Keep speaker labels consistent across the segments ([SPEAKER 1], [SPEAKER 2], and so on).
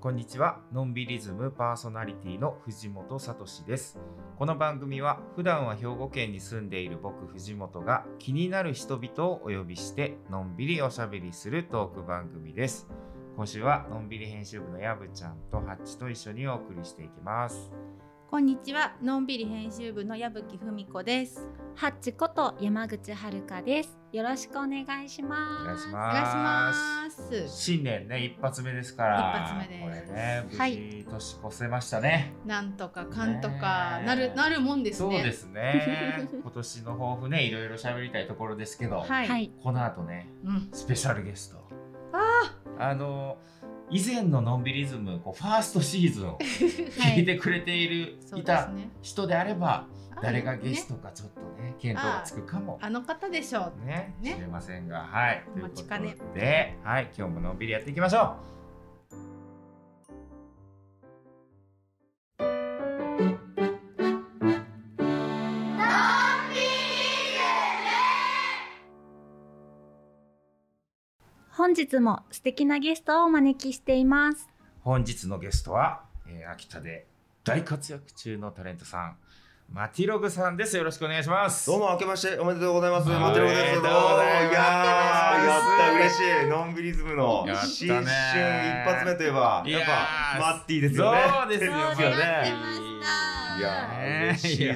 [SPEAKER 1] こんにちはのんびりズムパーソナリティの藤本聡ですこの番組は普段は兵庫県に住んでいる僕藤本が気になる人々をお呼びしてのんびりおしゃべりするトーク番組です今週はのんびり編集部のやぶちゃんとハッチと一緒にお送りしていきます
[SPEAKER 2] こんにちは、のんびり編集部の矢吹文子です。
[SPEAKER 3] ハッチこと山口遥です。よろしくお願いします。
[SPEAKER 1] お願いし
[SPEAKER 2] お
[SPEAKER 1] ます
[SPEAKER 2] 願いします。
[SPEAKER 1] 新年ね一発目ですから
[SPEAKER 2] 一発目です
[SPEAKER 1] これね無
[SPEAKER 2] はい
[SPEAKER 1] 事年越せましたね、
[SPEAKER 2] なんとかかんとか
[SPEAKER 1] ねえ
[SPEAKER 2] なるなるもんです
[SPEAKER 1] そう
[SPEAKER 2] ね。
[SPEAKER 1] ですね今年の抱負ねいろいろ喋りたいところです けど、
[SPEAKER 2] はい。
[SPEAKER 3] はい。
[SPEAKER 1] この後ね
[SPEAKER 2] うん。
[SPEAKER 1] スペシャルゲスト
[SPEAKER 2] あ
[SPEAKER 1] あの以前ののんびりズムこうファーストシーズン を聞いてくれている、
[SPEAKER 2] あ、そう
[SPEAKER 1] い、
[SPEAKER 2] です
[SPEAKER 1] た
[SPEAKER 2] ね。
[SPEAKER 1] 人であれば
[SPEAKER 2] あ
[SPEAKER 1] 誰がゲ
[SPEAKER 2] ね
[SPEAKER 1] ストかちょっとね検討がつくかも
[SPEAKER 2] あの方でしょう。
[SPEAKER 1] ね
[SPEAKER 2] ね
[SPEAKER 1] 知れませんがはい
[SPEAKER 2] お待ちかね
[SPEAKER 1] ということで、はい、今日ものんびりやっていきましょ
[SPEAKER 3] 本日も素敵なゲストをお招きしています。
[SPEAKER 1] う本日のゲストは、えー秋田で大活躍中のタレントさんマティログさんですよろしくお願いします
[SPEAKER 4] どうも明けましておめでとうございます。
[SPEAKER 1] おめでとう
[SPEAKER 4] マテロです。
[SPEAKER 1] ございます
[SPEAKER 4] やーやった嬉しい。のんびりズムの
[SPEAKER 1] やったね
[SPEAKER 4] 新春一発目といえば
[SPEAKER 1] いや
[SPEAKER 4] や
[SPEAKER 1] ー
[SPEAKER 4] っぱマッティですよね。
[SPEAKER 1] そうですよ
[SPEAKER 2] そうです
[SPEAKER 1] よ
[SPEAKER 2] 待ってました
[SPEAKER 4] いやー嬉しいです。
[SPEAKER 1] い
[SPEAKER 2] や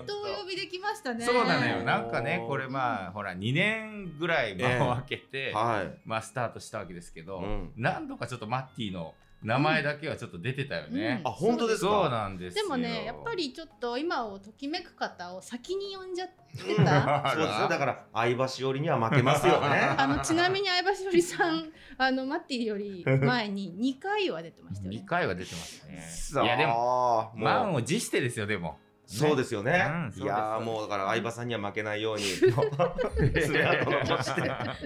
[SPEAKER 2] っとお呼びできましたね。
[SPEAKER 1] そうなの
[SPEAKER 4] だ
[SPEAKER 1] よなんかねこれまあほら2年ぐらい間を空けて、
[SPEAKER 4] はい。
[SPEAKER 1] まあ、スタートしたわけですけど、
[SPEAKER 4] うん
[SPEAKER 1] 何度かちょっとマッティの名前だけはちょっと出てたよね
[SPEAKER 2] うん、
[SPEAKER 4] あ本当ですか。
[SPEAKER 1] そうなんです
[SPEAKER 2] で
[SPEAKER 1] よ
[SPEAKER 2] もね、やっぱりちょっと今をときめく方を先に呼んじゃってた。
[SPEAKER 4] そうですよ。だから相橋よりには負けますよね。
[SPEAKER 2] あのちなみに相橋よりさん、 あのマッティより前に2回は出てましたよね
[SPEAKER 1] 2。回は出てますね
[SPEAKER 4] さ あ
[SPEAKER 1] いやでも
[SPEAKER 4] もう
[SPEAKER 1] 満を持してですよでも
[SPEAKER 4] そうですよね
[SPEAKER 1] うんそうで。す
[SPEAKER 4] いやーもうだから相葉さんには負けな いように。爪痕残して
[SPEAKER 1] じゃあ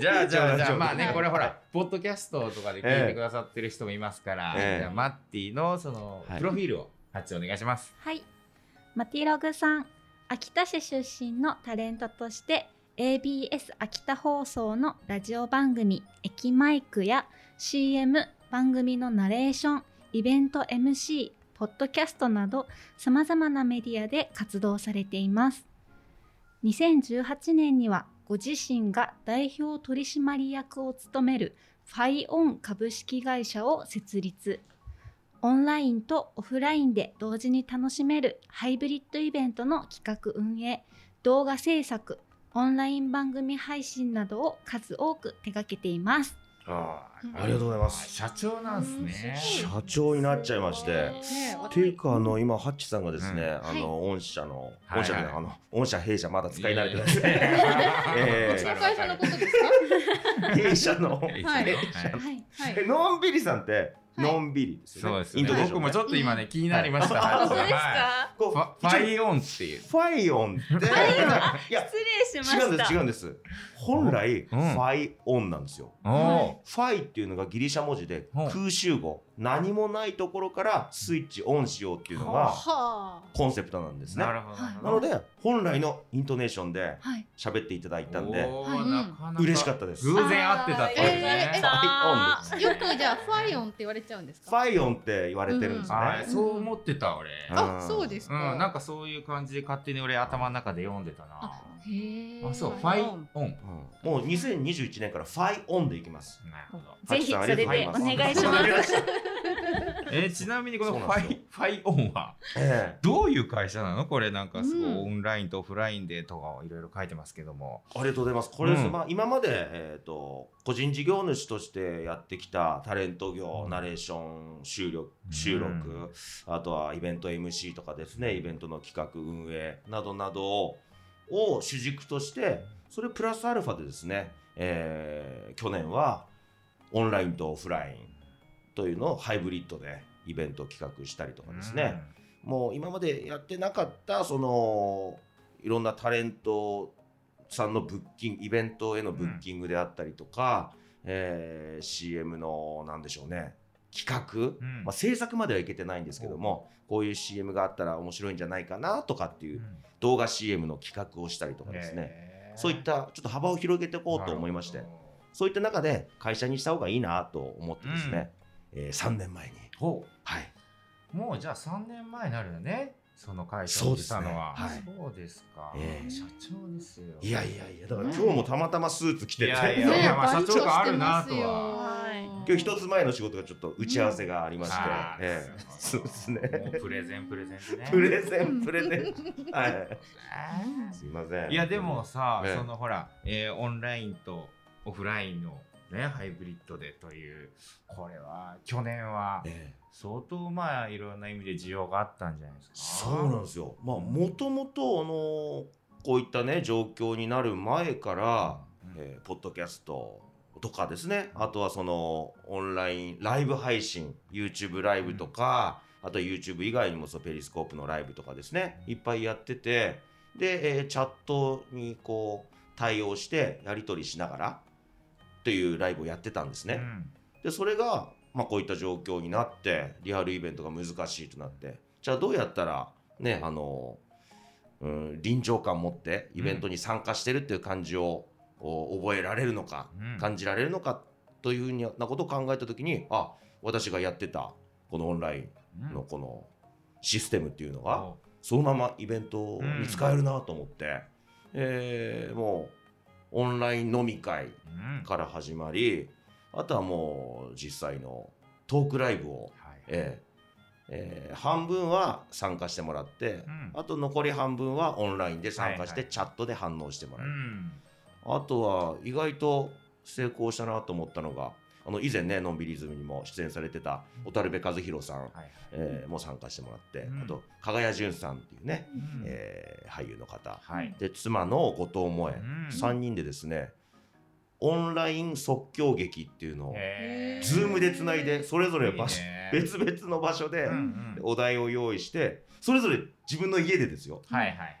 [SPEAKER 1] じゃあじ
[SPEAKER 4] 冗
[SPEAKER 1] ゃあ
[SPEAKER 4] 談
[SPEAKER 1] まあ
[SPEAKER 2] 冗
[SPEAKER 1] ね
[SPEAKER 2] 談
[SPEAKER 1] これほらポッドキャストとかで聞いてくださってる人もいますから、
[SPEAKER 4] ええ
[SPEAKER 1] じゃあマッティのその
[SPEAKER 4] はい
[SPEAKER 1] プロフィールを発表お願いします、
[SPEAKER 3] はい。マティログさん、秋田市出身のタレントとして、ABS 秋田放送のラジオ番組「駅マイク」や CM 番組のナレーションイベント MC ポッドキャストなどさまざまなメディアで活動されています2018年にはご自身が代表取締役を務めるファイオン株式会社を設立オンラインとオフラインで同時に楽しめるハイブリッドイベントの企画運営動画制作オンライン番組配信などを数多く手掛けています
[SPEAKER 4] あ
[SPEAKER 2] うん
[SPEAKER 4] ーありがとうございます。
[SPEAKER 1] 社長なんですね
[SPEAKER 4] 社長になっちゃいまして。
[SPEAKER 2] ね
[SPEAKER 4] っていうかあの今ハッチさんがですね、
[SPEAKER 1] うん
[SPEAKER 4] あの御社の、
[SPEAKER 1] はい
[SPEAKER 4] 御社じゃないあの御社弊社まだ使い慣れてな
[SPEAKER 1] い
[SPEAKER 4] い
[SPEAKER 1] やいやいや
[SPEAKER 4] え
[SPEAKER 2] 私
[SPEAKER 4] え
[SPEAKER 2] の会社のことです
[SPEAKER 4] 弊社の、
[SPEAKER 2] はい
[SPEAKER 4] 弊社の
[SPEAKER 3] はい
[SPEAKER 2] か？はい
[SPEAKER 4] え。のんびりさんって
[SPEAKER 2] はい
[SPEAKER 4] のんびりですよね、
[SPEAKER 1] そうですね。
[SPEAKER 4] インドネシア
[SPEAKER 1] 僕もちょっと今ね、気になりました。
[SPEAKER 4] は
[SPEAKER 2] 本
[SPEAKER 4] い
[SPEAKER 2] 当ですか？
[SPEAKER 1] はい
[SPEAKER 4] こう
[SPEAKER 1] ファファイオンっていう。
[SPEAKER 4] ファイオンっていや
[SPEAKER 3] 失礼し
[SPEAKER 4] 違うんです違うんです本来、
[SPEAKER 1] うん
[SPEAKER 4] ファイオンなんですよ
[SPEAKER 1] お
[SPEAKER 3] は
[SPEAKER 1] お
[SPEAKER 3] い。
[SPEAKER 4] ファイっていうのがギリシャ文字で
[SPEAKER 1] うん
[SPEAKER 4] 空集合何もないところからスイッチオンしようっていうのが
[SPEAKER 2] は
[SPEAKER 4] コンセプトなんですね
[SPEAKER 1] な
[SPEAKER 4] な
[SPEAKER 1] るほど。なるほど
[SPEAKER 4] ので本来のイントネーションで
[SPEAKER 3] はい
[SPEAKER 4] 喋っていただいたんで
[SPEAKER 1] お
[SPEAKER 3] は
[SPEAKER 1] ー
[SPEAKER 3] い
[SPEAKER 1] なかな
[SPEAKER 4] 嬉しかったです
[SPEAKER 1] 偶然会ってたっていう
[SPEAKER 2] あーえ
[SPEAKER 1] ね
[SPEAKER 2] ー。
[SPEAKER 4] ファイオンです
[SPEAKER 2] あ。よくじゃあファイオンって言われちゃうんです
[SPEAKER 4] フ
[SPEAKER 2] か？
[SPEAKER 4] ァイオンって言われてるんですね。
[SPEAKER 1] はい、そう思ってた俺。
[SPEAKER 4] あ
[SPEAKER 2] あ、そうです
[SPEAKER 1] う
[SPEAKER 2] か。
[SPEAKER 1] ん、なんかそういう感じで勝手に俺頭の中で読んでたな
[SPEAKER 2] あ。へえ。
[SPEAKER 1] あ、そう、ファイオン。
[SPEAKER 4] うんもう2021年からファイオンでいきます。
[SPEAKER 1] なるほど。
[SPEAKER 3] ぜひ
[SPEAKER 4] ハ
[SPEAKER 3] そ
[SPEAKER 4] チさん
[SPEAKER 3] れでお
[SPEAKER 4] ありがとうござ
[SPEAKER 3] 願いします
[SPEAKER 4] わかりした
[SPEAKER 1] えーちなみにこの
[SPEAKER 4] そう
[SPEAKER 1] フ
[SPEAKER 4] なん
[SPEAKER 1] ァ
[SPEAKER 4] です
[SPEAKER 1] イ、ファイオンは
[SPEAKER 4] え
[SPEAKER 1] どういう会社なの？これなんかすごい
[SPEAKER 2] うん
[SPEAKER 1] オンラインとオフラインでとかいろいろ書いてますけども。
[SPEAKER 4] えありがとうございます。これですね、
[SPEAKER 1] うん
[SPEAKER 4] まあ今までえっ、と個人事業主としてやってきたタレント業、ナレーション、収録、収録、
[SPEAKER 1] うん
[SPEAKER 4] あとはイベント MC とかですね、イベントの企画運営などなどをを主軸として、それプラスアルファでですね、えー去年はオンラインとオフラインというのをハイブリッドでイベントを企画したりとかですね。もう今までやってなかったそのいろんなタレントさんのブッキングイベントへのブッキングであったりとか、えー CM のなんでしょうね企
[SPEAKER 1] う
[SPEAKER 4] 画、
[SPEAKER 1] ん
[SPEAKER 4] まあ、制作まではいけてないんですけどもこういう CM があったら面白いんじゃないかなとかって
[SPEAKER 1] う
[SPEAKER 4] い
[SPEAKER 1] ん
[SPEAKER 4] う動画 CM の企画をしたりとかですね、そういったちょっと幅を広げていこうと思いまして。そういった中で会社にした方がいいなと思ってですね、えー、3年前に、
[SPEAKER 1] ほ
[SPEAKER 4] はい、
[SPEAKER 1] うもうじゃあ3年前になるよねその会社
[SPEAKER 4] そう
[SPEAKER 1] に
[SPEAKER 4] で
[SPEAKER 1] し
[SPEAKER 4] す
[SPEAKER 1] た
[SPEAKER 4] ね
[SPEAKER 1] のは
[SPEAKER 4] はい
[SPEAKER 1] そうですか、
[SPEAKER 4] ええ
[SPEAKER 1] 社長ですよ
[SPEAKER 4] いやいやいやだから今日もたまたまスーツ着て
[SPEAKER 1] い
[SPEAKER 4] て
[SPEAKER 1] やいや
[SPEAKER 2] ねえ、
[SPEAKER 1] まあ
[SPEAKER 2] バリとして
[SPEAKER 1] 社長感
[SPEAKER 2] ま
[SPEAKER 1] あ
[SPEAKER 2] す
[SPEAKER 1] る
[SPEAKER 2] よ
[SPEAKER 1] なと
[SPEAKER 3] はい
[SPEAKER 4] 今日一つ前の仕事がちょっと打ち合わせがありまして、
[SPEAKER 1] あー
[SPEAKER 4] ええそうですね
[SPEAKER 1] もうプレゼンプレゼンでね
[SPEAKER 4] プレゼンプレゼン
[SPEAKER 1] あ
[SPEAKER 4] はい
[SPEAKER 1] ー
[SPEAKER 4] すいません
[SPEAKER 1] いやでもさ、
[SPEAKER 4] ええ
[SPEAKER 1] そのほら、えーオンラインとオフラインのねハイブリッドでというこれは去年は
[SPEAKER 4] ええ
[SPEAKER 1] 相当まあいろんな意味で需要があったんじゃないですか。
[SPEAKER 4] そうなんですよまあもともとあのこういったね状況になる前から、えーポッドキャストとかですねあとはそのオンラインライブ配信 YouTube ライブとか、あとは YouTube 以外にもそうペリスコープのライブとかですねいっぱいやっててで、えーチャットにこう対応してやり取りしながらっていうライブをやってたんですね。
[SPEAKER 1] うん
[SPEAKER 4] でそれが、まあ、こういった状況になってリアルイベントが難しいとなってじゃあどうやったらねあの、うん、臨場感持ってイベントに参加してるっていう感じを、お覚えられるのか
[SPEAKER 1] うん
[SPEAKER 4] 感じられるのかというふうになことを考えた時にあ私がやってたこのオンラインのこのシステムっていうのが、
[SPEAKER 1] そ
[SPEAKER 4] そのままイベントに使えるなと思って、えーもうオンライン飲み会
[SPEAKER 1] ううん
[SPEAKER 4] から始まりあとはもう実際のトークライブを、
[SPEAKER 1] はい
[SPEAKER 4] えーえー半分は参加してもらって、
[SPEAKER 1] うん
[SPEAKER 4] あと残り半分はオンラインで参加し
[SPEAKER 1] はい
[SPEAKER 4] て
[SPEAKER 1] はい
[SPEAKER 4] チャットで反応して
[SPEAKER 1] う
[SPEAKER 4] もらう、
[SPEAKER 1] ん
[SPEAKER 4] あとは意外と成功したなと思ったのがあの以前ねのんびりズムにも出演されてた小樽部和弘さん、
[SPEAKER 1] はいはい
[SPEAKER 4] えーも参加してもらって、
[SPEAKER 1] うん
[SPEAKER 4] あと加賀谷淳さんっていうね、
[SPEAKER 1] うん
[SPEAKER 4] えー俳優の方、
[SPEAKER 1] はい
[SPEAKER 4] で妻の後藤萌え、
[SPEAKER 1] うん
[SPEAKER 4] 3人でですねオンライン即興劇っていうのを
[SPEAKER 1] へー
[SPEAKER 4] ズームでつないでそれぞれ場所
[SPEAKER 1] いいね
[SPEAKER 4] 別々の場所で
[SPEAKER 1] うんうん
[SPEAKER 4] お題を用意してそれぞれ自分の家でですよ
[SPEAKER 1] はいはいはい。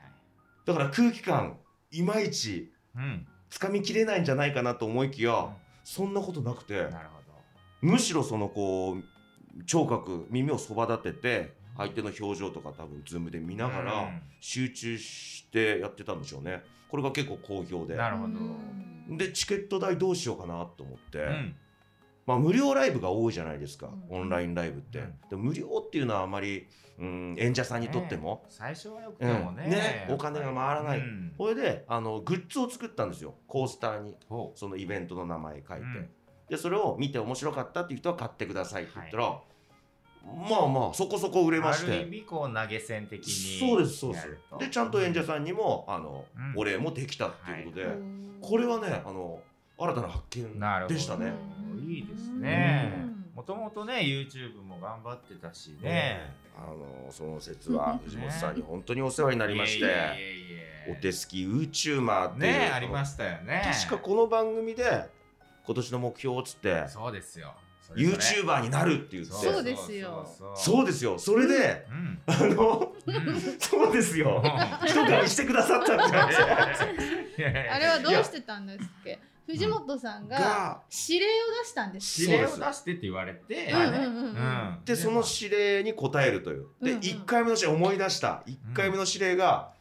[SPEAKER 4] だから空気感いまいち
[SPEAKER 1] うん
[SPEAKER 4] つかみきれないんじゃないかなと思いきやそんなことなくて
[SPEAKER 1] なるほど。
[SPEAKER 4] むしろそのこう聴覚耳をそば立てて相手の表情とか多分ズームで見なが
[SPEAKER 1] う
[SPEAKER 4] ら
[SPEAKER 1] ん
[SPEAKER 4] 集中してやってたんでしょうねこれが結構好評で
[SPEAKER 1] なるほど。
[SPEAKER 2] うん
[SPEAKER 4] でチケット代どうしようかなと思って、
[SPEAKER 1] うん
[SPEAKER 4] まあ、無料ライブが多いじゃないですか、
[SPEAKER 2] うん
[SPEAKER 4] オンラインライブって、
[SPEAKER 1] うん
[SPEAKER 4] で無料っていうのはあまり、うん、演者さんにとっても、
[SPEAKER 1] 最初はよくてもね,、
[SPEAKER 4] うんねお金が回らない
[SPEAKER 1] うん
[SPEAKER 4] これであのグッズを作ったんですよコースターに
[SPEAKER 1] ほ
[SPEAKER 4] そのイベントの名前書いて、
[SPEAKER 1] うん
[SPEAKER 4] でそれを見て面白かったっていう人は買ってくださいって言ったら、まあまあそこそこ売
[SPEAKER 1] う
[SPEAKER 4] れまし
[SPEAKER 1] ある意
[SPEAKER 4] て
[SPEAKER 1] 味こう投げ銭的に
[SPEAKER 4] そうですそうで
[SPEAKER 1] や
[SPEAKER 4] す
[SPEAKER 1] ると
[SPEAKER 4] でちゃんと演者さんにもあの、
[SPEAKER 1] うん
[SPEAKER 4] お礼もできたっていうことで、
[SPEAKER 1] は
[SPEAKER 4] これはねあの新たな発
[SPEAKER 1] なるほ
[SPEAKER 4] 見
[SPEAKER 1] ど
[SPEAKER 4] でしたね。
[SPEAKER 1] いいですね
[SPEAKER 2] うん
[SPEAKER 1] もともとね YouTube も頑張ってたしね
[SPEAKER 4] あのその説は藤本さんに本当にお世話になりまして、
[SPEAKER 1] いえいえいえ
[SPEAKER 4] お手すき YouTuber っていう、
[SPEAKER 1] ねありましたよね
[SPEAKER 4] 確かこの番組で今年の目標をつって
[SPEAKER 1] そうですよそれそれ
[SPEAKER 4] YouTuber になるって言って
[SPEAKER 2] そうですよ
[SPEAKER 1] そう
[SPEAKER 4] そううですよそれで、
[SPEAKER 1] うん
[SPEAKER 4] あの
[SPEAKER 1] うん
[SPEAKER 4] そうですよ 人がしてくださったんじ ゃない
[SPEAKER 2] あ
[SPEAKER 1] あ
[SPEAKER 2] れはどうしてたんですっけ藤本さんが
[SPEAKER 4] が
[SPEAKER 2] 指令を出したんです
[SPEAKER 1] 指令を出
[SPEAKER 4] そう
[SPEAKER 1] してって言われて、
[SPEAKER 2] うんうんうんうん
[SPEAKER 1] うん
[SPEAKER 4] でその指令に応えるというで、
[SPEAKER 2] うんうん
[SPEAKER 4] 1回目の指令思い出した1回目の指令が「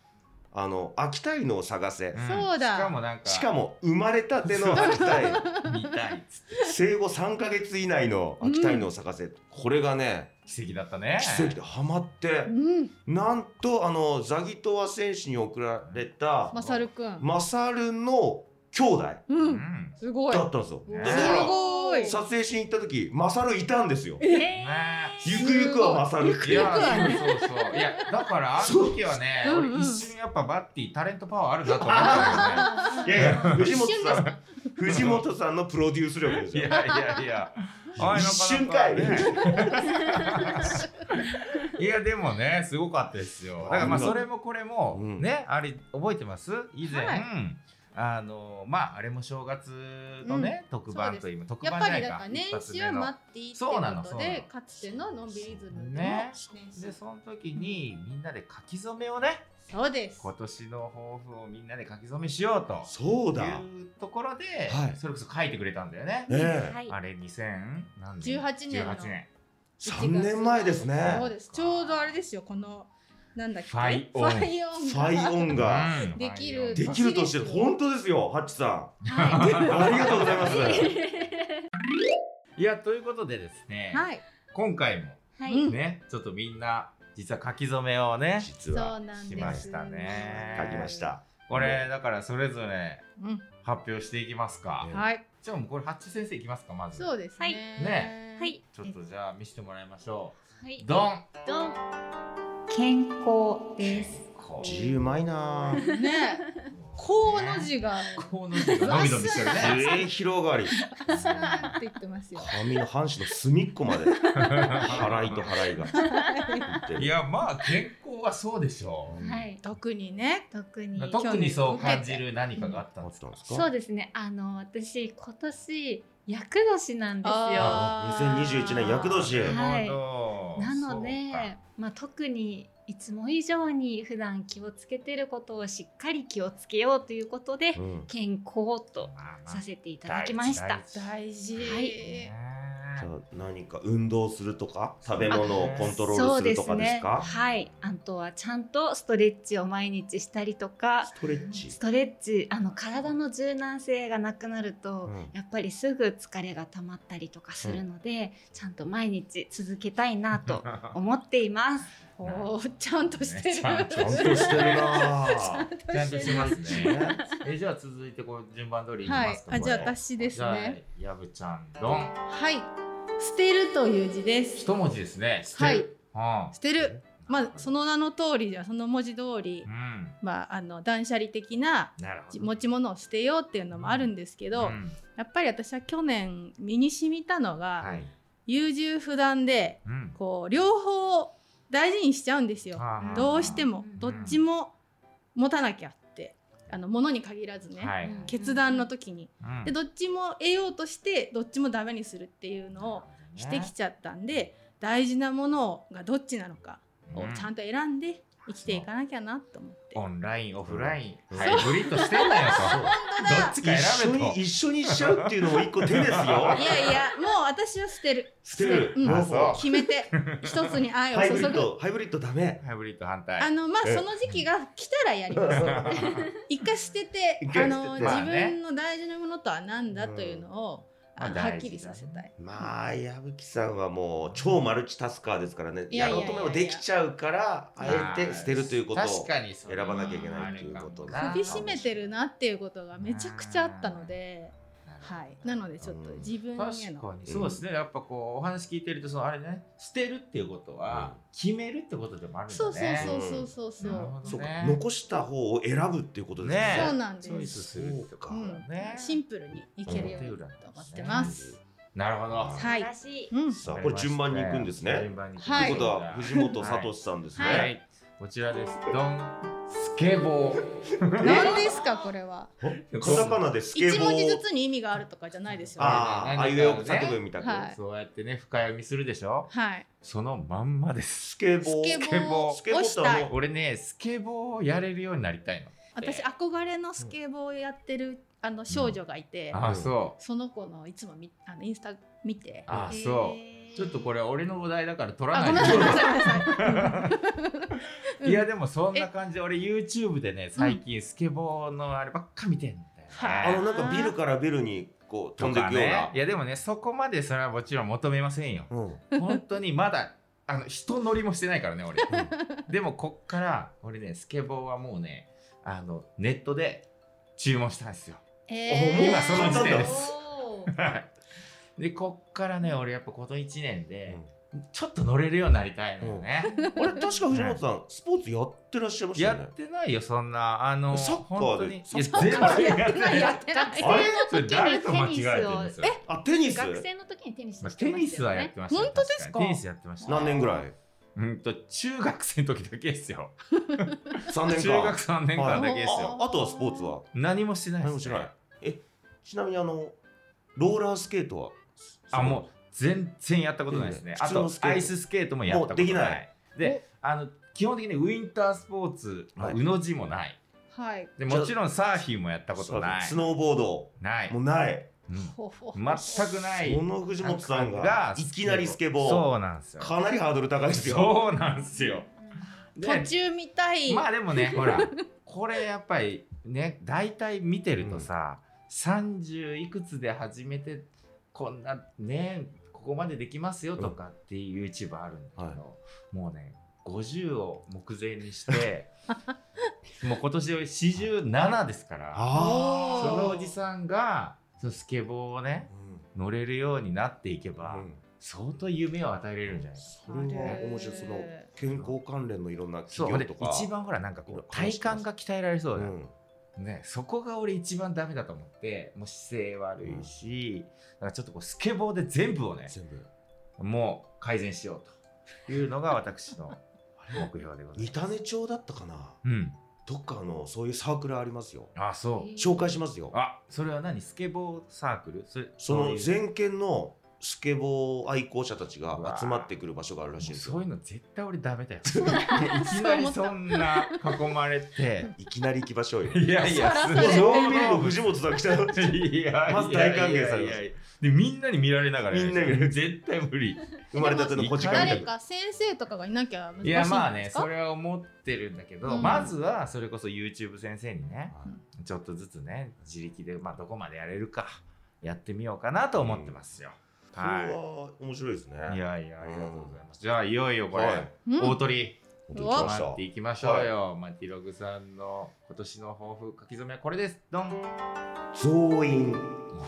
[SPEAKER 4] あの秋田犬を探せ」
[SPEAKER 1] ん
[SPEAKER 2] そうだ
[SPEAKER 1] しかもなんか
[SPEAKER 4] しかも生まれたての秋田犬
[SPEAKER 1] 見たいっつって
[SPEAKER 4] 生後3ヶ月以内の秋田犬を探せ、これがね
[SPEAKER 1] 奇跡だったね
[SPEAKER 4] 奇跡でハマって
[SPEAKER 2] う、ん、
[SPEAKER 4] なんとあのザギトワ選手に贈られた
[SPEAKER 2] まさるくん、
[SPEAKER 4] マサルの兄弟だ
[SPEAKER 2] う、
[SPEAKER 1] うんん
[SPEAKER 2] すごいす
[SPEAKER 4] ったんですよ、
[SPEAKER 1] ね
[SPEAKER 4] だか
[SPEAKER 2] ごい
[SPEAKER 4] ら撮影しに行った時マサルいたんですよ
[SPEAKER 3] え
[SPEAKER 1] ね
[SPEAKER 4] ゆくゆくはマサルっ
[SPEAKER 1] い
[SPEAKER 4] ていう
[SPEAKER 1] やそうそうそういやだからあの時はね
[SPEAKER 2] そううんうん
[SPEAKER 1] 俺一瞬やっぱバッティタレントパワーあるなと思ったよね
[SPEAKER 4] いやいや藤本さん藤本さんのプロデュース力です
[SPEAKER 1] い
[SPEAKER 4] よ
[SPEAKER 1] やいやいやおい
[SPEAKER 4] 一瞬かい
[SPEAKER 1] ななねいやでもねすごかったですよだからまあそれもこれも
[SPEAKER 4] うん
[SPEAKER 1] ねあれ覚えてます以前
[SPEAKER 2] はい
[SPEAKER 1] あのまああれも正月のね特番という特
[SPEAKER 2] やっ
[SPEAKER 1] 番
[SPEAKER 2] ぱ
[SPEAKER 1] じゃない
[SPEAKER 2] りだか
[SPEAKER 1] から一
[SPEAKER 2] 年
[SPEAKER 1] 発
[SPEAKER 2] 始
[SPEAKER 1] 目
[SPEAKER 2] は
[SPEAKER 1] の
[SPEAKER 2] 待っていいって
[SPEAKER 1] そうなの
[SPEAKER 2] こと
[SPEAKER 1] そうなの
[SPEAKER 2] でかつてののんびりズムの
[SPEAKER 1] ね
[SPEAKER 2] 年始
[SPEAKER 1] でその時にみんなで書き初めをね
[SPEAKER 2] そうです
[SPEAKER 1] 今年の抱負をみんなで書き初めしようと
[SPEAKER 4] そうだ、
[SPEAKER 1] いうところで、
[SPEAKER 4] はい
[SPEAKER 1] それこそ書いてくれたんだよね。
[SPEAKER 4] ええ
[SPEAKER 3] はい
[SPEAKER 1] あれ2000何
[SPEAKER 2] 18年の
[SPEAKER 1] 18年
[SPEAKER 4] 3年前です
[SPEAKER 2] そ
[SPEAKER 4] ね
[SPEAKER 2] うですちょうどあれですよこのなんだっけ
[SPEAKER 1] ファイオン
[SPEAKER 2] ファイオン
[SPEAKER 4] フ
[SPEAKER 2] が
[SPEAKER 4] ァイオンが
[SPEAKER 1] うん
[SPEAKER 2] できる
[SPEAKER 4] できるとして本当ですよハッチさん
[SPEAKER 3] は
[SPEAKER 4] ありがとうございます
[SPEAKER 3] い。
[SPEAKER 1] いやということでですね、
[SPEAKER 2] はい。
[SPEAKER 1] 今回
[SPEAKER 3] は
[SPEAKER 2] う
[SPEAKER 1] も
[SPEAKER 3] い
[SPEAKER 2] ん
[SPEAKER 1] ねちょっとみんな実は書き初めをね
[SPEAKER 2] そ
[SPEAKER 4] 実
[SPEAKER 2] うな
[SPEAKER 4] は
[SPEAKER 2] んです。
[SPEAKER 1] しましたね
[SPEAKER 4] 書きました。
[SPEAKER 1] これだからそれぞれ
[SPEAKER 2] う
[SPEAKER 1] 発表していきますか、
[SPEAKER 4] ね
[SPEAKER 2] ん。はい。
[SPEAKER 1] じゃあもうこれハッチ先生いきますかまず
[SPEAKER 2] そうです
[SPEAKER 3] はい
[SPEAKER 2] ね。
[SPEAKER 1] ね
[SPEAKER 3] は。い
[SPEAKER 1] ちょっとじゃあ見せてもらいましょ
[SPEAKER 3] はい、
[SPEAKER 1] うドン
[SPEAKER 3] どん健康です
[SPEAKER 1] こ
[SPEAKER 4] 字うまいなぁ。
[SPEAKER 2] ね。こうの字が。
[SPEAKER 1] こうの字が伸び伸びしてる ね
[SPEAKER 4] 末広がり。
[SPEAKER 2] スーンって言ってますよ。
[SPEAKER 4] 髪の半紙の隅っこまで払いと払いが行ってる。
[SPEAKER 1] いやまあ健康はそうでしょう、
[SPEAKER 3] はい
[SPEAKER 2] 特にね。
[SPEAKER 3] 特に
[SPEAKER 1] 特にそう感じる何かがあった
[SPEAKER 4] あ
[SPEAKER 1] ん
[SPEAKER 4] っ
[SPEAKER 1] です
[SPEAKER 4] た
[SPEAKER 1] か
[SPEAKER 4] んですか。
[SPEAKER 3] そうですねあの私今年厄年なんですよ
[SPEAKER 2] あー
[SPEAKER 4] 2021年厄年
[SPEAKER 3] はい
[SPEAKER 1] なるほど
[SPEAKER 3] なので
[SPEAKER 1] そうか、
[SPEAKER 3] まあ、特にいつも以上に普段気をつけてることをしっかり気をつけようということで、
[SPEAKER 4] うん。
[SPEAKER 3] 健康と
[SPEAKER 1] まあまあ
[SPEAKER 3] させていただきました。
[SPEAKER 1] 大事
[SPEAKER 2] 大事。
[SPEAKER 1] ね
[SPEAKER 4] じゃあ何か運動するとか食べ物をコントロー
[SPEAKER 3] そ
[SPEAKER 4] ル
[SPEAKER 3] う
[SPEAKER 4] するとかですか。
[SPEAKER 3] はい、あとはちゃんとストレッチを毎日したりとか、
[SPEAKER 4] ストレッチ
[SPEAKER 3] ス。トレッチ、あの体の柔軟性がなくなると、
[SPEAKER 4] うん
[SPEAKER 3] やっぱりすぐ疲れが溜まったりとかするので、ちゃんと毎日続けたいなと思っています。
[SPEAKER 2] おーちゃんとしてる。
[SPEAKER 1] ちゃんと
[SPEAKER 4] ちゃんとしてるなぁ。
[SPEAKER 1] ちゃんとしますね
[SPEAKER 4] ね。
[SPEAKER 1] えじゃあ続いてこう順番通りいき
[SPEAKER 2] は
[SPEAKER 1] ま
[SPEAKER 2] い
[SPEAKER 1] す。か。
[SPEAKER 2] あ、
[SPEAKER 1] こ
[SPEAKER 2] じ
[SPEAKER 1] れ
[SPEAKER 2] ゃあ私ですね。。
[SPEAKER 1] じゃあやぶちゃんどん
[SPEAKER 2] はい。捨てるという字です。
[SPEAKER 1] 一文字ですね。捨
[SPEAKER 2] はい
[SPEAKER 1] てる。は
[SPEAKER 2] 捨てる。まあその名の通りじゃその文字通り
[SPEAKER 1] う、ん。
[SPEAKER 2] まああの断捨離的な
[SPEAKER 1] なるほど。
[SPEAKER 2] 持ち物を捨てようっていうのもあるんですけど、
[SPEAKER 1] うん
[SPEAKER 2] やっぱり私は去年身に染みたのが、
[SPEAKER 1] はい。
[SPEAKER 2] 優柔不断で
[SPEAKER 1] うん。
[SPEAKER 2] こう両方大事にしちゃうんですよ。
[SPEAKER 1] あー
[SPEAKER 2] どうしても
[SPEAKER 3] うん
[SPEAKER 2] どっちも持たなきゃって、あの物に限らずね、
[SPEAKER 1] はい。
[SPEAKER 3] うん
[SPEAKER 2] 決断の時に、
[SPEAKER 1] うん
[SPEAKER 2] でどっちも得ようとしてどっちもダメにするっていうのをしてきちゃったんで、大事なものがどっちなのかをちゃんと選んで生きていかなきゃなと思って。
[SPEAKER 1] オンラインオフライン
[SPEAKER 4] うん
[SPEAKER 1] ハイブリッドしてんだよと。どっちか
[SPEAKER 4] 一
[SPEAKER 1] 選
[SPEAKER 4] 緒
[SPEAKER 1] べと
[SPEAKER 4] に。一緒にしちゃうっていうのも一個手 です
[SPEAKER 2] い
[SPEAKER 4] よ。
[SPEAKER 2] やいやもう私は捨てる
[SPEAKER 4] 捨てる。
[SPEAKER 2] うん
[SPEAKER 4] あそう
[SPEAKER 2] 決めて一つに愛
[SPEAKER 4] ハイ
[SPEAKER 2] を
[SPEAKER 4] ブ
[SPEAKER 2] 注
[SPEAKER 4] リッ
[SPEAKER 2] ぐ
[SPEAKER 4] ドハイブリッドダメ。
[SPEAKER 1] ハイブリッド反対。
[SPEAKER 2] あのまあ
[SPEAKER 4] え
[SPEAKER 2] その時期が来たらやります一回捨てて
[SPEAKER 4] 一
[SPEAKER 2] あ
[SPEAKER 4] 回捨てて
[SPEAKER 2] の
[SPEAKER 1] まあ
[SPEAKER 2] 自
[SPEAKER 1] ね
[SPEAKER 2] 分の大事なものとは何だというのを
[SPEAKER 1] うん
[SPEAKER 2] あの
[SPEAKER 1] まあ
[SPEAKER 2] は
[SPEAKER 1] 大事だね
[SPEAKER 2] っきりさせたい
[SPEAKER 4] まあ矢吹さんはもう超マルチタスカーですからね
[SPEAKER 2] いや
[SPEAKER 4] や
[SPEAKER 2] いやいや
[SPEAKER 4] ろうと思えばできちゃうからあえて捨てるということ
[SPEAKER 1] 確
[SPEAKER 4] を
[SPEAKER 1] かにそれは
[SPEAKER 4] 選ばなきゃいけないっていうことね
[SPEAKER 1] あるかも
[SPEAKER 2] 首絞めてるなっていうことがめちゃくちゃあったのではいなのでちょっと自分へ
[SPEAKER 1] 確
[SPEAKER 2] の
[SPEAKER 1] かにそうですね、やっぱこうお話聞いてるとそのあれね捨てるっていうことは
[SPEAKER 4] う
[SPEAKER 1] 決めるってことでもあるん
[SPEAKER 2] そ
[SPEAKER 1] だね
[SPEAKER 2] うそうそうそうそうそう
[SPEAKER 1] なるほど
[SPEAKER 4] そうか
[SPEAKER 1] ね
[SPEAKER 4] 残した方を選ぶっていうことです
[SPEAKER 1] ね
[SPEAKER 4] ね
[SPEAKER 2] そうなんです
[SPEAKER 1] チョイスするってこと
[SPEAKER 2] う
[SPEAKER 1] だ
[SPEAKER 2] ん
[SPEAKER 1] ね、
[SPEAKER 2] シンプルにいけるようにと思ってます
[SPEAKER 1] なるほど、
[SPEAKER 4] うん
[SPEAKER 2] はい
[SPEAKER 3] 素晴らしい。。
[SPEAKER 2] うん
[SPEAKER 4] さあこれ順番に行くんですね
[SPEAKER 1] 順番に行く
[SPEAKER 2] はい
[SPEAKER 4] ということは藤本聡さんですね、
[SPEAKER 1] はい、
[SPEAKER 2] は
[SPEAKER 1] こちらですドンスケボー
[SPEAKER 2] 何ですかこれは
[SPEAKER 4] おカタカナでスケボ
[SPEAKER 2] 一文字ず
[SPEAKER 4] ー
[SPEAKER 2] つに意味があるとかじゃないですよね
[SPEAKER 4] あああいうえお作文みたく、
[SPEAKER 2] はい
[SPEAKER 1] そうやってね深読みするでしょ
[SPEAKER 2] はい
[SPEAKER 1] そのまんまです
[SPEAKER 4] スケボ
[SPEAKER 2] スケ
[SPEAKER 4] ー
[SPEAKER 2] ボ
[SPEAKER 1] スケボー
[SPEAKER 2] ーをしたい
[SPEAKER 1] 俺ねスケボーをやれるようになりたいの
[SPEAKER 2] 私憧れのスケボーをやってるあの少女がいて、
[SPEAKER 1] ああそう
[SPEAKER 2] その子のいつもみあのインスタ見てあ
[SPEAKER 1] あそうちょっとこれ俺のお題だから取ら
[SPEAKER 2] ごめんな
[SPEAKER 1] ない
[SPEAKER 2] さいごめん
[SPEAKER 1] で
[SPEAKER 2] なさいごめんなさいうん
[SPEAKER 1] いやでもそんな感じで俺 YouTube でね最近スケボーのあればっか見てんだよね
[SPEAKER 2] は
[SPEAKER 4] あのなんかビルからビルにこう飛んでいくような、
[SPEAKER 1] ねいやでもねそこまでそれはもちろん求めませんよ
[SPEAKER 4] うん、
[SPEAKER 1] 本当にまだあの人乗りもしてないから ね俺でもこっから俺ねスケボーはもうねあのネットで注文したんですよ
[SPEAKER 2] えー、
[SPEAKER 1] 今その時点です
[SPEAKER 3] おー
[SPEAKER 1] はい でこっからね俺やっぱこの1年でちょっと乗れるようになりたいのよね、
[SPEAKER 4] あれ確か藤本さんスポーツやってらっしゃいましたよ
[SPEAKER 1] や
[SPEAKER 4] ね
[SPEAKER 1] ってないよそんなあの
[SPEAKER 4] サッカーで
[SPEAKER 1] 本当にいや
[SPEAKER 4] サ
[SPEAKER 1] 全
[SPEAKER 4] ッカーで
[SPEAKER 1] 然
[SPEAKER 2] やってないやってない
[SPEAKER 1] あれそれ誰と
[SPEAKER 3] 時に
[SPEAKER 1] 間違えてるんですよえ
[SPEAKER 4] あテニス
[SPEAKER 3] 学生の時にテニスして
[SPEAKER 1] まあ
[SPEAKER 3] ましたよ
[SPEAKER 1] テ
[SPEAKER 3] ね。
[SPEAKER 1] ニスはやってましたよ
[SPEAKER 2] 本当ですか
[SPEAKER 1] 確にテニスやってました
[SPEAKER 4] 何年ぐらい
[SPEAKER 1] うんと中学生の時だけですよ中
[SPEAKER 4] 3年間
[SPEAKER 1] 学3年間だけですよ
[SPEAKER 4] ああとはスポーツは
[SPEAKER 1] 何もしてない
[SPEAKER 4] 何も
[SPEAKER 1] で
[SPEAKER 4] し
[SPEAKER 1] す
[SPEAKER 4] な
[SPEAKER 1] ね
[SPEAKER 4] いえちなみにあのローラースケートは
[SPEAKER 1] あもう全然やったことないですね
[SPEAKER 4] いいね
[SPEAKER 1] あ
[SPEAKER 4] 普通の
[SPEAKER 1] と
[SPEAKER 4] スケート
[SPEAKER 1] アイススケートもやったこと
[SPEAKER 4] もうでき
[SPEAKER 1] な
[SPEAKER 4] ない
[SPEAKER 1] であの基本的にウィンタースポーツ
[SPEAKER 4] はい
[SPEAKER 1] 宇の字もない
[SPEAKER 2] はい
[SPEAKER 1] でもちろんサーフィンもやったことない
[SPEAKER 4] スノーボード
[SPEAKER 1] ない
[SPEAKER 4] もうない
[SPEAKER 1] うん
[SPEAKER 2] ほうほう
[SPEAKER 1] 全くない
[SPEAKER 4] その藤本さんがいきなりスケボー
[SPEAKER 1] そうなんですよ
[SPEAKER 4] かなりハードル高いですよ
[SPEAKER 1] そうなんですよで
[SPEAKER 2] 途中みたい、
[SPEAKER 1] まあでもねほらこれやっぱりね大体見てるとさ、30いくつで始めてこんなねここまでできますよとかっていう YouTube あるんだけど、
[SPEAKER 4] はい
[SPEAKER 1] もうね50を目前にして もう今年47ですからそ
[SPEAKER 2] あー
[SPEAKER 1] のおじさんがそのスケボーをね
[SPEAKER 4] う
[SPEAKER 1] 乗れるようになっていけば、
[SPEAKER 4] ん
[SPEAKER 1] 相当夢を与えれるんじゃないですか。
[SPEAKER 4] それは面白いその健康関連のいろんな
[SPEAKER 1] そうほ
[SPEAKER 4] 企
[SPEAKER 1] ん
[SPEAKER 4] 業
[SPEAKER 1] で
[SPEAKER 4] とか
[SPEAKER 1] 一番ほらなんかこ
[SPEAKER 4] 今
[SPEAKER 1] う
[SPEAKER 4] 話
[SPEAKER 1] 体
[SPEAKER 4] してます
[SPEAKER 1] 幹が鍛えられそううだよ、
[SPEAKER 4] ん
[SPEAKER 1] ね、そこが俺一番ダメだと思ってもう姿勢悪いし、だからちょっとこうスケボーで全部をね
[SPEAKER 4] 全部
[SPEAKER 1] もう改善しようというのが私 の目標でござい
[SPEAKER 4] 三
[SPEAKER 1] ます。
[SPEAKER 4] 種町だったかな
[SPEAKER 1] うん、
[SPEAKER 4] どっかあのそういうサークルありますよ
[SPEAKER 1] あそう。
[SPEAKER 4] 紹介しますよ
[SPEAKER 1] あそれは何スケボーサークルそれ
[SPEAKER 4] その
[SPEAKER 1] そういう
[SPEAKER 4] 全県のスケボー愛好者たちが集まってくる場所があるらしいんです
[SPEAKER 1] そう
[SPEAKER 4] よ
[SPEAKER 1] いうの絶対俺ダメだよ。 いきなりそんな囲まれて。
[SPEAKER 4] いきなり行きましょうよ
[SPEAKER 1] いやいや、す
[SPEAKER 2] そ
[SPEAKER 1] ご
[SPEAKER 2] ら
[SPEAKER 1] い。
[SPEAKER 2] それ
[SPEAKER 4] そう見る藤本さん来 たの
[SPEAKER 1] いや
[SPEAKER 4] まず大歓迎されます
[SPEAKER 1] いやいやいやでみんなに見られながらやる
[SPEAKER 4] みんなに見られ
[SPEAKER 1] 絶対無理
[SPEAKER 4] 生まれたての小
[SPEAKER 1] いや
[SPEAKER 4] 鹿
[SPEAKER 2] 誰
[SPEAKER 4] みたい
[SPEAKER 2] か先生とかがいなきゃ難しいん
[SPEAKER 1] い
[SPEAKER 2] で
[SPEAKER 1] や
[SPEAKER 2] す
[SPEAKER 1] まあねそ
[SPEAKER 2] か
[SPEAKER 1] れは思ってるんだけど、
[SPEAKER 2] うん
[SPEAKER 1] まずはそれこそ YouTube 先生にね
[SPEAKER 4] は
[SPEAKER 1] ちょっとずつね自力でまあどこまでやれるかやってみようかなと思ってますよ、
[SPEAKER 4] い
[SPEAKER 1] は
[SPEAKER 4] これは面白いですね
[SPEAKER 1] いいやいやありがとうございます、じゃあいよいよこれ、
[SPEAKER 4] はい
[SPEAKER 2] うん
[SPEAKER 1] 大鳥
[SPEAKER 4] 本当に来まし
[SPEAKER 1] 待
[SPEAKER 4] た
[SPEAKER 1] っていきましょうよ、マティログさんの今年の抱負書き初めはこれですドン
[SPEAKER 4] 増員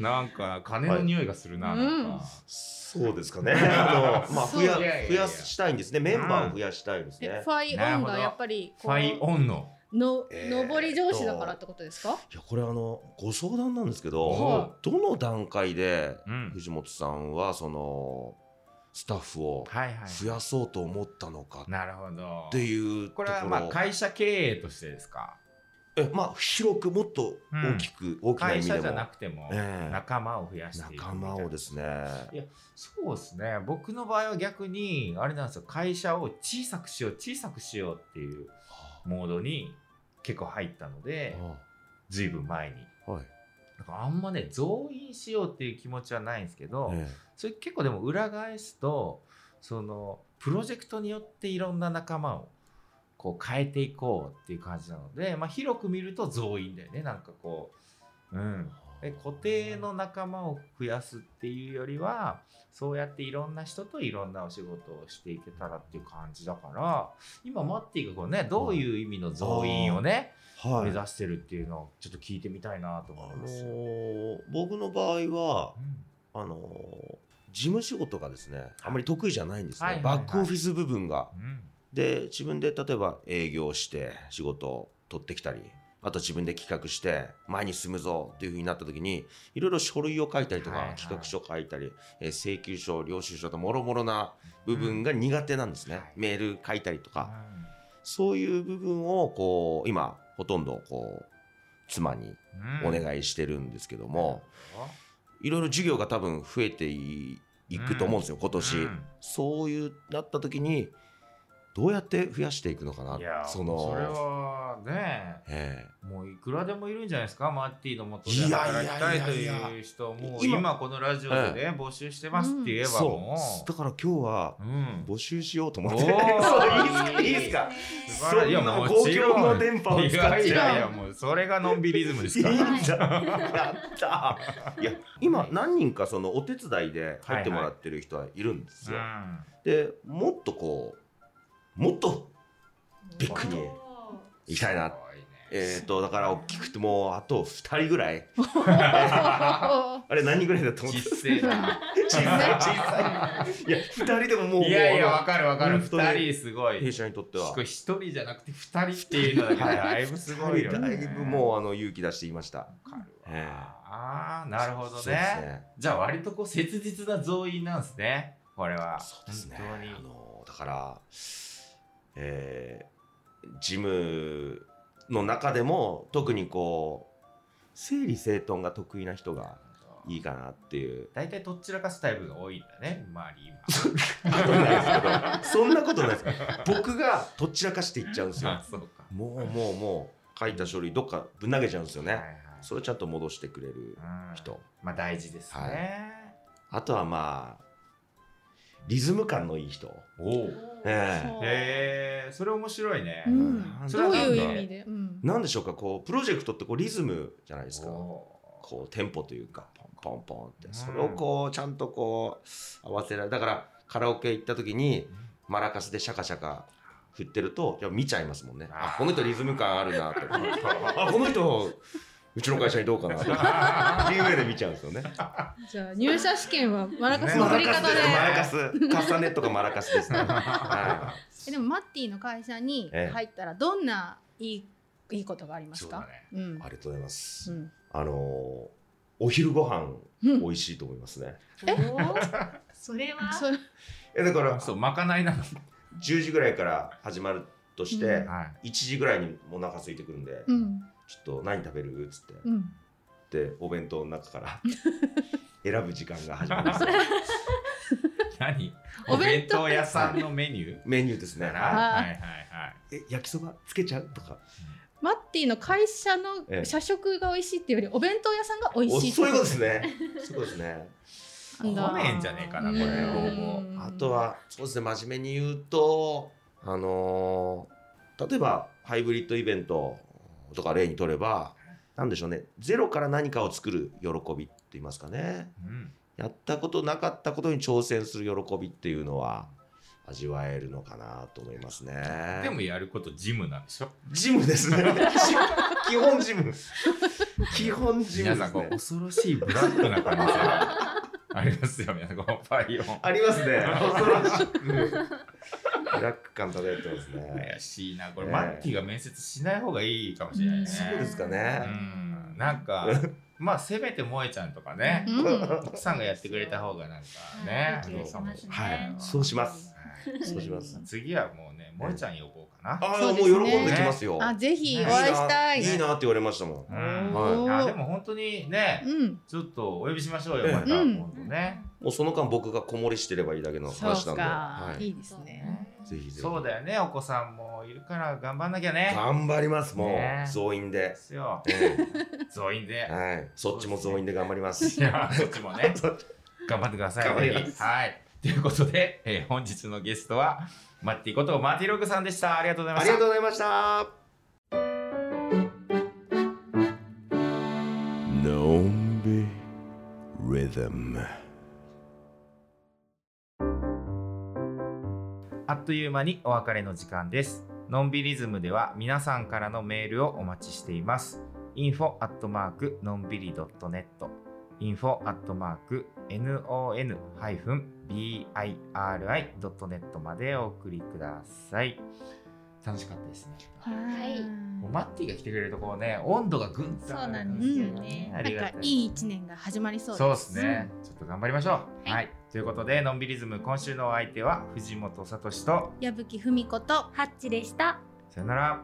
[SPEAKER 1] なんか金の匂いがするな,、なんか
[SPEAKER 4] そうですかねあのまあ
[SPEAKER 2] そう
[SPEAKER 4] 増や
[SPEAKER 1] いやいやいや
[SPEAKER 4] 増やしたいんですねメンバーを増やしたいです
[SPEAKER 2] え
[SPEAKER 4] ね
[SPEAKER 2] ファイオンがやっぱり
[SPEAKER 1] ファイ
[SPEAKER 2] こ
[SPEAKER 1] オンの
[SPEAKER 2] うの
[SPEAKER 4] えーっと
[SPEAKER 2] 上り上司だからってことですか
[SPEAKER 4] いやこれあのご相談なんですけ
[SPEAKER 1] は
[SPEAKER 4] どどの段階で
[SPEAKER 1] うん
[SPEAKER 4] 藤本さんはそのスタッフを
[SPEAKER 1] はいはい
[SPEAKER 4] 増やそうと思ったのかっ
[SPEAKER 1] なるほど
[SPEAKER 4] ていうとこ
[SPEAKER 1] こ
[SPEAKER 4] ろ
[SPEAKER 1] れはまあ会社経営としてですか
[SPEAKER 4] えまあ広くもっと大きく、大きな意
[SPEAKER 1] 会
[SPEAKER 4] 味で
[SPEAKER 1] 社
[SPEAKER 4] も
[SPEAKER 1] じゃなくても
[SPEAKER 4] ええ
[SPEAKER 1] 仲間を増やしていくみた
[SPEAKER 4] 仲
[SPEAKER 1] いな
[SPEAKER 4] 間をですね
[SPEAKER 1] いやそうですね僕の場合は逆にあれなんですよ会社を小さくしよう小さくしようっていうモードに結構入ったのでずいぶん前に
[SPEAKER 4] はい、
[SPEAKER 1] だからあんまね増員しようっていう気持ちはないんですけど、
[SPEAKER 4] え
[SPEAKER 1] それ結構でも裏返すとそのプロジェクトによっていろんな仲間をこう変えていこうっていう感じなので、まあ、広く見ると増員だよねなんかこう、うん、
[SPEAKER 4] え
[SPEAKER 1] で固定の仲間を増やすっていうよりはそうやっていろんな人といろんなお仕事をしていけたらっていう感じだから今マッティがこうねどういう意味の増員をね、
[SPEAKER 4] はい
[SPEAKER 1] 目指してるっていうのをちょっと聞いてみたいなと思
[SPEAKER 4] あ
[SPEAKER 1] い
[SPEAKER 4] の
[SPEAKER 1] ますよ。
[SPEAKER 4] ー僕の場合は
[SPEAKER 1] うん
[SPEAKER 4] あのー事務仕事がですねあまり得意じゃないんですね、
[SPEAKER 1] はいはいはい
[SPEAKER 4] バックオフィス部分が
[SPEAKER 1] うん
[SPEAKER 4] で自分で例えば営業して仕事を取ってきたりあと自分で企画して前に進むぞっていうふうになった時にいろいろ書類を書いたりとか、
[SPEAKER 1] はいはい
[SPEAKER 4] 企画書書いたり、えー請求書領収書ともろもろな部分が苦手なんですね、
[SPEAKER 1] はい
[SPEAKER 4] メール書いたりとか、
[SPEAKER 1] うん
[SPEAKER 4] そういう部分をこう今ほとんどこう妻にお願いしてるんですけども、いろいろ授業が多分増えていいくと思うんですよ今年、
[SPEAKER 1] うん
[SPEAKER 4] そういうなった時にどうやって増やしていくのかない
[SPEAKER 1] や
[SPEAKER 4] その
[SPEAKER 1] それはね
[SPEAKER 4] え
[SPEAKER 1] もういくらでもいるんじゃないですかマッティのもとで
[SPEAKER 4] いやいやいやい
[SPEAKER 1] 働
[SPEAKER 4] や
[SPEAKER 1] きたいという人もう
[SPEAKER 4] 今
[SPEAKER 1] 今このラジオでね募集してますって言
[SPEAKER 4] え
[SPEAKER 1] えばも
[SPEAKER 4] そうだから今日は
[SPEAKER 1] ううん
[SPEAKER 4] 募集しようと思
[SPEAKER 1] お
[SPEAKER 4] っ
[SPEAKER 1] ー
[SPEAKER 4] てそういいですか
[SPEAKER 1] 素晴らしい
[SPEAKER 4] そんな公共の電波を使って
[SPEAKER 1] いやいやいやもうそれがのんびりリズムですから
[SPEAKER 4] いい
[SPEAKER 1] は
[SPEAKER 4] ん だやったいや今何人かそのお手伝いで入ってもらってる人はいるんですよ、
[SPEAKER 1] うん
[SPEAKER 4] でもっとこうもっとビッグにいきたいなえっ、とだから大きくてもうあと2人ぐらい あれ何人ぐらいだと思って
[SPEAKER 1] 実勢 だ
[SPEAKER 4] 小さい小さいいや2人でももう
[SPEAKER 1] いやいやわかるわかる
[SPEAKER 4] 本当に
[SPEAKER 1] 2人すごい
[SPEAKER 4] 弊社にとっては
[SPEAKER 1] 一人じゃなくて2人っていうのだけでだいぶすごいよね
[SPEAKER 4] だいぶもうあの勇気出していました
[SPEAKER 1] わかるわ
[SPEAKER 4] ええ
[SPEAKER 1] あーなるほど
[SPEAKER 4] そうです
[SPEAKER 1] ねじゃあ割とこう切実な増員なんですねこれは
[SPEAKER 4] そうですね。
[SPEAKER 1] 本当に
[SPEAKER 4] あのだから、えージムの中でも特にこう整理整頓が得意な人がいいかなっ ていう。
[SPEAKER 1] 大体どっちらかすタイプが多いんだね周り
[SPEAKER 4] ことないですけどそんなことないです。僕がどっちらかしていっちゃうんです
[SPEAKER 1] 今
[SPEAKER 4] よ
[SPEAKER 1] あ。そうか
[SPEAKER 4] もうもうもう書いた書類どっかぶん投げちゃうんですよ
[SPEAKER 1] はいは
[SPEAKER 4] ね。
[SPEAKER 1] い
[SPEAKER 4] それをちゃんと戻してくれる
[SPEAKER 1] うん
[SPEAKER 4] 人。
[SPEAKER 1] まあ大事です
[SPEAKER 4] は
[SPEAKER 1] ね
[SPEAKER 4] あとはまあリズム感のいい人。
[SPEAKER 1] おお
[SPEAKER 4] ええ
[SPEAKER 1] へえそれ面白いね
[SPEAKER 2] うん
[SPEAKER 4] なんだ
[SPEAKER 2] どういう意味でうん
[SPEAKER 4] なんでしょうかこうプロジェクトってこうリズムじゃないですか。
[SPEAKER 1] お
[SPEAKER 4] こうテンポというかポンポンポンってそれをこうちゃんとこう合わせられだからカラオケ行った時にマラカスでシャカシャカ振ってるとやっぱ見ちゃいますもんねあこの人リズム感あ るなとかあこの人うちの会社にどうかな とかっていう上で見ちゃうんですよね。
[SPEAKER 2] じゃあ入社試験はマラカスの
[SPEAKER 4] マ
[SPEAKER 2] 振り
[SPEAKER 4] ラカ
[SPEAKER 2] 方
[SPEAKER 4] ス
[SPEAKER 2] で、
[SPEAKER 4] ですマラカスカスタネットかマラカスで すね。は
[SPEAKER 2] えでもマッティの会社に入ったらどんないい,、いいことがありますかう,、
[SPEAKER 4] い、ありがとうございます。
[SPEAKER 2] ん、
[SPEAKER 4] あのーお昼ご飯
[SPEAKER 2] うん
[SPEAKER 4] 美味しいと思いますね。
[SPEAKER 5] えそれは
[SPEAKER 2] それ
[SPEAKER 4] えだから
[SPEAKER 1] そうまかないなの。
[SPEAKER 4] 10時ぐらいから始まるとして、
[SPEAKER 2] うん
[SPEAKER 1] はい。
[SPEAKER 4] 1時ぐらいにお腹空いてくるんで、
[SPEAKER 2] うん
[SPEAKER 4] ちょっと何食べるっつって、
[SPEAKER 2] うん
[SPEAKER 4] でお弁当の中から 選ぶ時間が始まるんですよ
[SPEAKER 1] 何？
[SPEAKER 2] お
[SPEAKER 1] お
[SPEAKER 2] 弁
[SPEAKER 1] 弁
[SPEAKER 2] 当
[SPEAKER 1] 当屋さんのメニュー。
[SPEAKER 4] メニューですね
[SPEAKER 1] はい
[SPEAKER 4] は
[SPEAKER 1] はいはい
[SPEAKER 4] え焼きそばつけちゃうとか
[SPEAKER 2] マッティの会社
[SPEAKER 4] え
[SPEAKER 2] の
[SPEAKER 4] え
[SPEAKER 2] 社食が美味しいっていうよりお弁当屋さんが美
[SPEAKER 4] お
[SPEAKER 2] 味しい
[SPEAKER 4] そういうことで すねそういうことですね
[SPEAKER 1] いはい。来ねえんじゃねえかなこれ。
[SPEAKER 2] うん
[SPEAKER 1] 老後
[SPEAKER 2] うん
[SPEAKER 4] あとはそうですね真面目に言うとあのー例えばハイブリッドイベントとか例にとればなんでしょうねゼロから何かを作る喜びって言いますかね
[SPEAKER 1] うん
[SPEAKER 4] やったことなかったことに挑戦する喜びっていうのは味わえるのかなと思いますね。
[SPEAKER 1] でもやることジムなんでしょ。
[SPEAKER 4] ジムですね。 ジム基本ジム。基本ジム
[SPEAKER 1] 皆
[SPEAKER 4] で
[SPEAKER 1] さん
[SPEAKER 4] す
[SPEAKER 1] こう
[SPEAKER 4] ね。
[SPEAKER 1] 恐ろしいブラックな感じがありますよ皆さんこのパイオン。
[SPEAKER 4] ありますね。恐ろ しく。ブラック感漂ってますね
[SPEAKER 1] 怪。しいなこれ、
[SPEAKER 4] ね
[SPEAKER 1] マッキーが面接しない方がいいかもしれないね。
[SPEAKER 4] そうですか
[SPEAKER 1] う
[SPEAKER 4] ね。
[SPEAKER 1] んなん かまあせめて萌えちゃんとかね
[SPEAKER 2] う、ん
[SPEAKER 1] 奥さんがやってくれた方がなんかね、
[SPEAKER 4] はい
[SPEAKER 1] いいかもしれ
[SPEAKER 4] は
[SPEAKER 1] ないい。、
[SPEAKER 4] そうします。
[SPEAKER 1] はい
[SPEAKER 4] そうします。
[SPEAKER 1] 次はもうね萌えちゃん呼ぼうかな。
[SPEAKER 4] あ
[SPEAKER 2] そ
[SPEAKER 4] あ、
[SPEAKER 2] うで
[SPEAKER 4] も
[SPEAKER 2] すね
[SPEAKER 4] う喜んできますよ。
[SPEAKER 2] あぜひお
[SPEAKER 1] ね
[SPEAKER 2] 会いしたい
[SPEAKER 4] いいなって言われましたもん。
[SPEAKER 1] うん
[SPEAKER 4] はい
[SPEAKER 2] おー
[SPEAKER 1] あでも本当にね、
[SPEAKER 2] うん
[SPEAKER 1] ちょっとお呼びしましょうよ
[SPEAKER 4] ええ
[SPEAKER 1] また、
[SPEAKER 2] うん
[SPEAKER 1] 本当ね。
[SPEAKER 4] もうその間僕が子守りしてればいいだけの話
[SPEAKER 2] そ
[SPEAKER 4] な
[SPEAKER 2] うんか
[SPEAKER 4] で。はい
[SPEAKER 2] いですね
[SPEAKER 4] ぜひぜひ。
[SPEAKER 1] そうだよねお子さんもいるから頑張んなきゃね。
[SPEAKER 4] 頑張ります、も
[SPEAKER 1] ね
[SPEAKER 4] う。増員
[SPEAKER 1] で
[SPEAKER 4] で。
[SPEAKER 1] すよ。増員で。
[SPEAKER 4] はい。そっちも増員で頑張ります
[SPEAKER 1] い。やそっちもね 頑張ってください。
[SPEAKER 4] 頑張ります
[SPEAKER 1] ぜひはい。ということで、えー本日のゲストはマッティことマーティログさんでした。ありがとうございま
[SPEAKER 4] あ
[SPEAKER 1] した
[SPEAKER 4] りがと。うございました。
[SPEAKER 6] のんびリズム
[SPEAKER 1] あっという間にお別れの時間です。のんびりズムでは皆さんからのメールをお待ちしています。info アットマークのんびり .net info アットマーク non-biri.net までお送りください。楽しかったですね。
[SPEAKER 3] い
[SPEAKER 1] もうマッティが来てくれるとこうね、温度がぐんと
[SPEAKER 3] そ
[SPEAKER 1] 上
[SPEAKER 3] う
[SPEAKER 1] が
[SPEAKER 3] な
[SPEAKER 1] る
[SPEAKER 3] ん
[SPEAKER 1] ん
[SPEAKER 3] で
[SPEAKER 1] ですす
[SPEAKER 3] よ
[SPEAKER 1] よね。
[SPEAKER 3] ね。
[SPEAKER 1] あ
[SPEAKER 2] なん
[SPEAKER 1] り
[SPEAKER 2] か
[SPEAKER 1] がたい。
[SPEAKER 2] いい一年が始まりそう
[SPEAKER 1] そう
[SPEAKER 2] で
[SPEAKER 1] ですすね、ちょっと頑張りましょう。
[SPEAKER 3] はい
[SPEAKER 1] はい、ということで、のんびりズム今週のお相手は藤本聡と、
[SPEAKER 2] 矢吹文子と
[SPEAKER 3] ハッチでした。
[SPEAKER 1] さよなら。